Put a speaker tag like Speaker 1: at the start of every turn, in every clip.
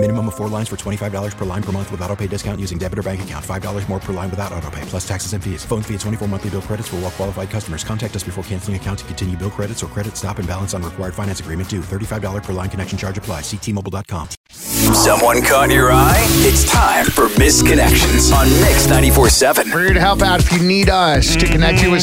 Speaker 1: Minimum of four lines for $25 per line per month with auto pay discount using debit or bank account. $5 more per line without auto pay, plus taxes and fees. Phone fee at 24 monthly bill credits for all well qualified customers. Contact us before canceling account to continue bill credits or credit stop and balance on required finance agreement due. $35 per line connection charge apply. Ctmobile.com.
Speaker 2: Someone caught your eye? It's time for Misconnections on Mix 94.7.
Speaker 3: We're here to help out if you need us to connect you with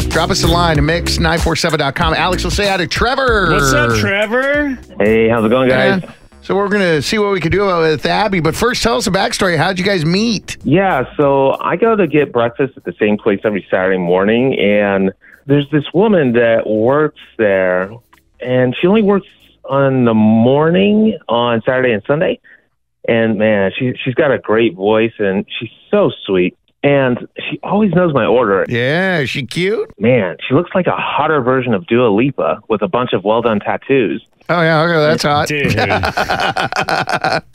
Speaker 3: somebody. Drop us a line to mix947.com. Alex will say hi to Trevor.
Speaker 4: What's up, Trevor?
Speaker 5: Hey, how's it going, guys?
Speaker 3: And so we're gonna see what we can do about with Abby, but first tell us the backstory. How'd you guys meet?
Speaker 5: Yeah, so I go to get breakfast at the same place every Saturday morning, and there's this woman that works there, and she only works on the morning on Saturday and Sunday. And man, she she's got a great voice, and she's so sweet, and she always knows my order.
Speaker 3: Yeah, is she cute?
Speaker 5: Man, she looks like a hotter version of Dua Lipa with a bunch of well done tattoos.
Speaker 3: Oh yeah, okay, that's hot.
Speaker 4: Dude.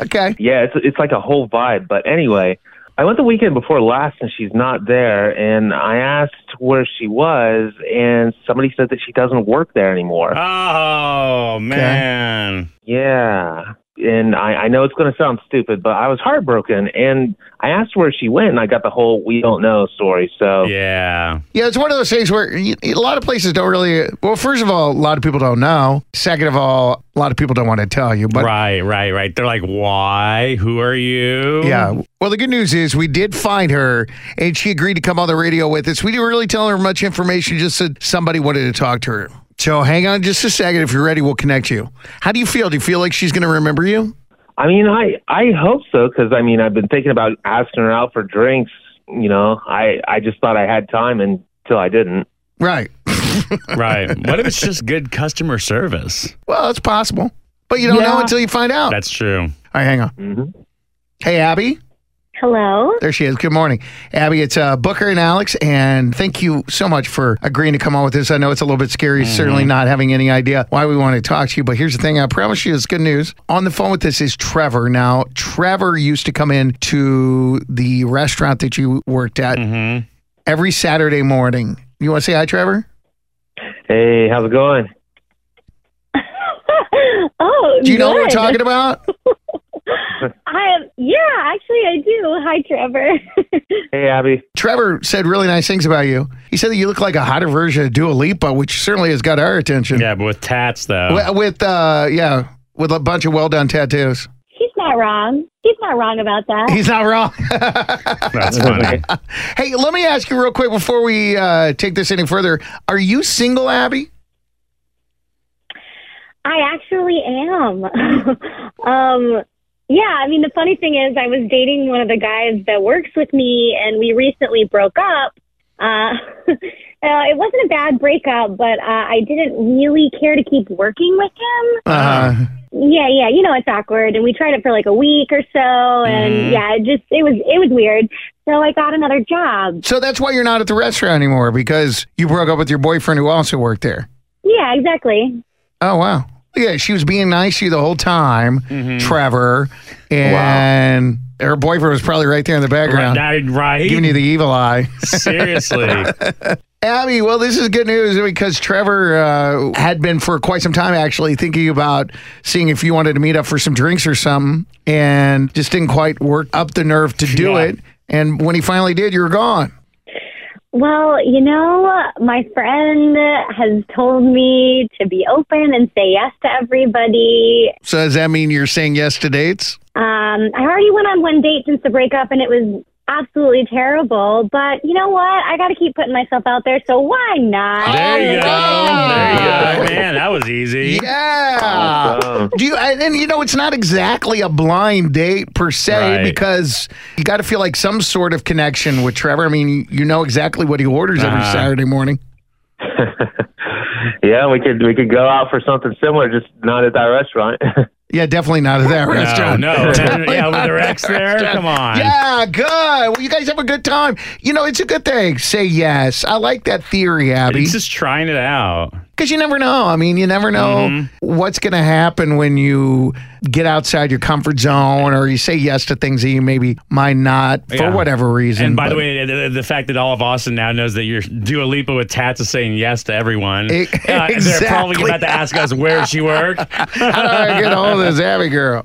Speaker 3: Okay.
Speaker 5: yeah, it's it's like a whole vibe. But anyway, I went the weekend before last, and she's not there. And I asked where she was, and somebody said that she doesn't work there anymore.
Speaker 4: oh, man.
Speaker 5: yeah, and I, I know it's going to sound stupid, but I was heartbroken, and I asked where she went, and I got the whole "we don't know" story. So
Speaker 4: Yeah.
Speaker 3: Yeah, it's one of those things where y- a lot of places don't really. Well, first of all, a lot of people don't know. Second of all, a lot of people don't want to tell you. But
Speaker 4: right, right, right. They're like, why? Who are you?
Speaker 3: yeah, well, the good news is we did find her, and she agreed to come on the radio with us. We didn't really tell her much information; just said somebody wanted to talk to her. So hang on just a second. If you're ready, we'll connect you. How do you feel? Do you feel like she's going to remember you?
Speaker 5: I mean, I I hope so because I mean I've been thinking about asking her out for drinks. You know, I I just thought I had time until I didn't.
Speaker 3: Right.
Speaker 4: Right. What if it's just good customer service?
Speaker 3: Well, it's possible, but you don't know
Speaker 5: Yeah.
Speaker 3: until you find out.
Speaker 4: That's true.
Speaker 3: all right, hang on.
Speaker 5: Mhm.
Speaker 3: Hey, Abby.
Speaker 6: Hello.
Speaker 3: There she is. Good morning, Abby. It's uh, Booker and Alex, and thank you so much for agreeing to come on with this. I know it's a little bit scary, certainly not having any idea why we want to talk to you, but here's the thing. I promise you, it's good news. On the phone with this is Trevor. Now, Trevor used to come in to the restaurant that you worked at
Speaker 4: Mm-hmm.
Speaker 3: every Saturday morning. You want to say hi, Trevor?
Speaker 5: Hey, how's it going?
Speaker 6: oh,
Speaker 3: Do you know what we're
Speaker 6: good.
Speaker 3: talking about?
Speaker 6: I yeah, actually, I do. Hi, Trevor.
Speaker 5: Hey, Abby.
Speaker 3: Trevor said really nice things about you. He said that you look like a hotter version of Dua Lipa, which certainly has got our attention.
Speaker 4: Yeah, but with tats, though.
Speaker 3: Wi- With, uh, yeah, with a bunch of well done tattoos.
Speaker 6: He's not wrong. He's not wrong about that.
Speaker 4: Oh.
Speaker 3: He's not wrong.
Speaker 4: That's funny.
Speaker 3: hey, let me ask you real quick before we uh, take this any further. Are you single, Abby?
Speaker 6: I actually am. um, yeah, I mean, the funny thing is, I was dating one of the guys that works with me, and we recently broke up. Uh, uh, it wasn't a bad breakup, but uh, I didn't really care to keep working with him.
Speaker 3: Uh,
Speaker 6: Yeah, yeah, you know it's awkward, and we tried it for like a week or so, Oh,
Speaker 4: Mm-hmm.
Speaker 6: and yeah, it just it was it was weird. So I got another job.
Speaker 3: so that's why you're not at the restaurant anymore because you broke up with your boyfriend who also worked there.
Speaker 6: Yeah, exactly.
Speaker 3: Oh, wow. Yeah, she was being nice to you the whole time, Trevor. And her boyfriend was probably right there in the background,
Speaker 4: Right. right?
Speaker 3: giving you the evil eye.
Speaker 4: Seriously.
Speaker 3: Abby, well, this is good news because Trevor uh, had been for quite some time actually thinking about seeing if you wanted to meet up for some drinks or something and just didn't quite work up the nerve to do
Speaker 4: Yeah.
Speaker 3: it. And when he finally did, you were gone.
Speaker 6: Well, you know, my friend has told me to be open and say yes to everybody.
Speaker 3: So, does that mean you're saying yes to dates?
Speaker 6: Um, I already went on one date since the breakup, and it was absolutely terrible. But you know what? I got to keep putting myself out there, so why not?
Speaker 4: There you go. There you go. Man, that was easy.
Speaker 3: Yeah.
Speaker 5: Um,
Speaker 3: Do you, and, and you know, it's not exactly a blind date per se
Speaker 4: Right.
Speaker 3: because you got to feel like some sort of connection with Trevor. I mean, you know exactly what he orders every
Speaker 4: Uh-huh.
Speaker 3: Saturday morning.
Speaker 5: yeah, we could we could go out for something similar, just not at that restaurant.
Speaker 3: Yeah, definitely not at that
Speaker 4: No,
Speaker 3: restaurant.
Speaker 4: no. yeah, with her ex there. Come on.
Speaker 3: Yeah, good. Well, you guys have a good time. You know, it's a good thing. Say yes. I like that theory, Abby.
Speaker 4: He's just trying it out.
Speaker 3: Because you never know. I mean, you never know
Speaker 4: Mm-hmm.
Speaker 3: what's going to happen when you get outside your comfort zone or you say yes to things that you maybe might not for
Speaker 4: Yeah.
Speaker 3: whatever reason.
Speaker 4: And by the
Speaker 3: but-
Speaker 4: way, the, the fact that all of Austin now knows that you're Dua Lipa with tats is saying yes to everyone. Uh,
Speaker 3: E-
Speaker 4: They're probably
Speaker 3: exactly.
Speaker 4: about to ask us where she worked.
Speaker 3: how do I get a hold of this Abby girl?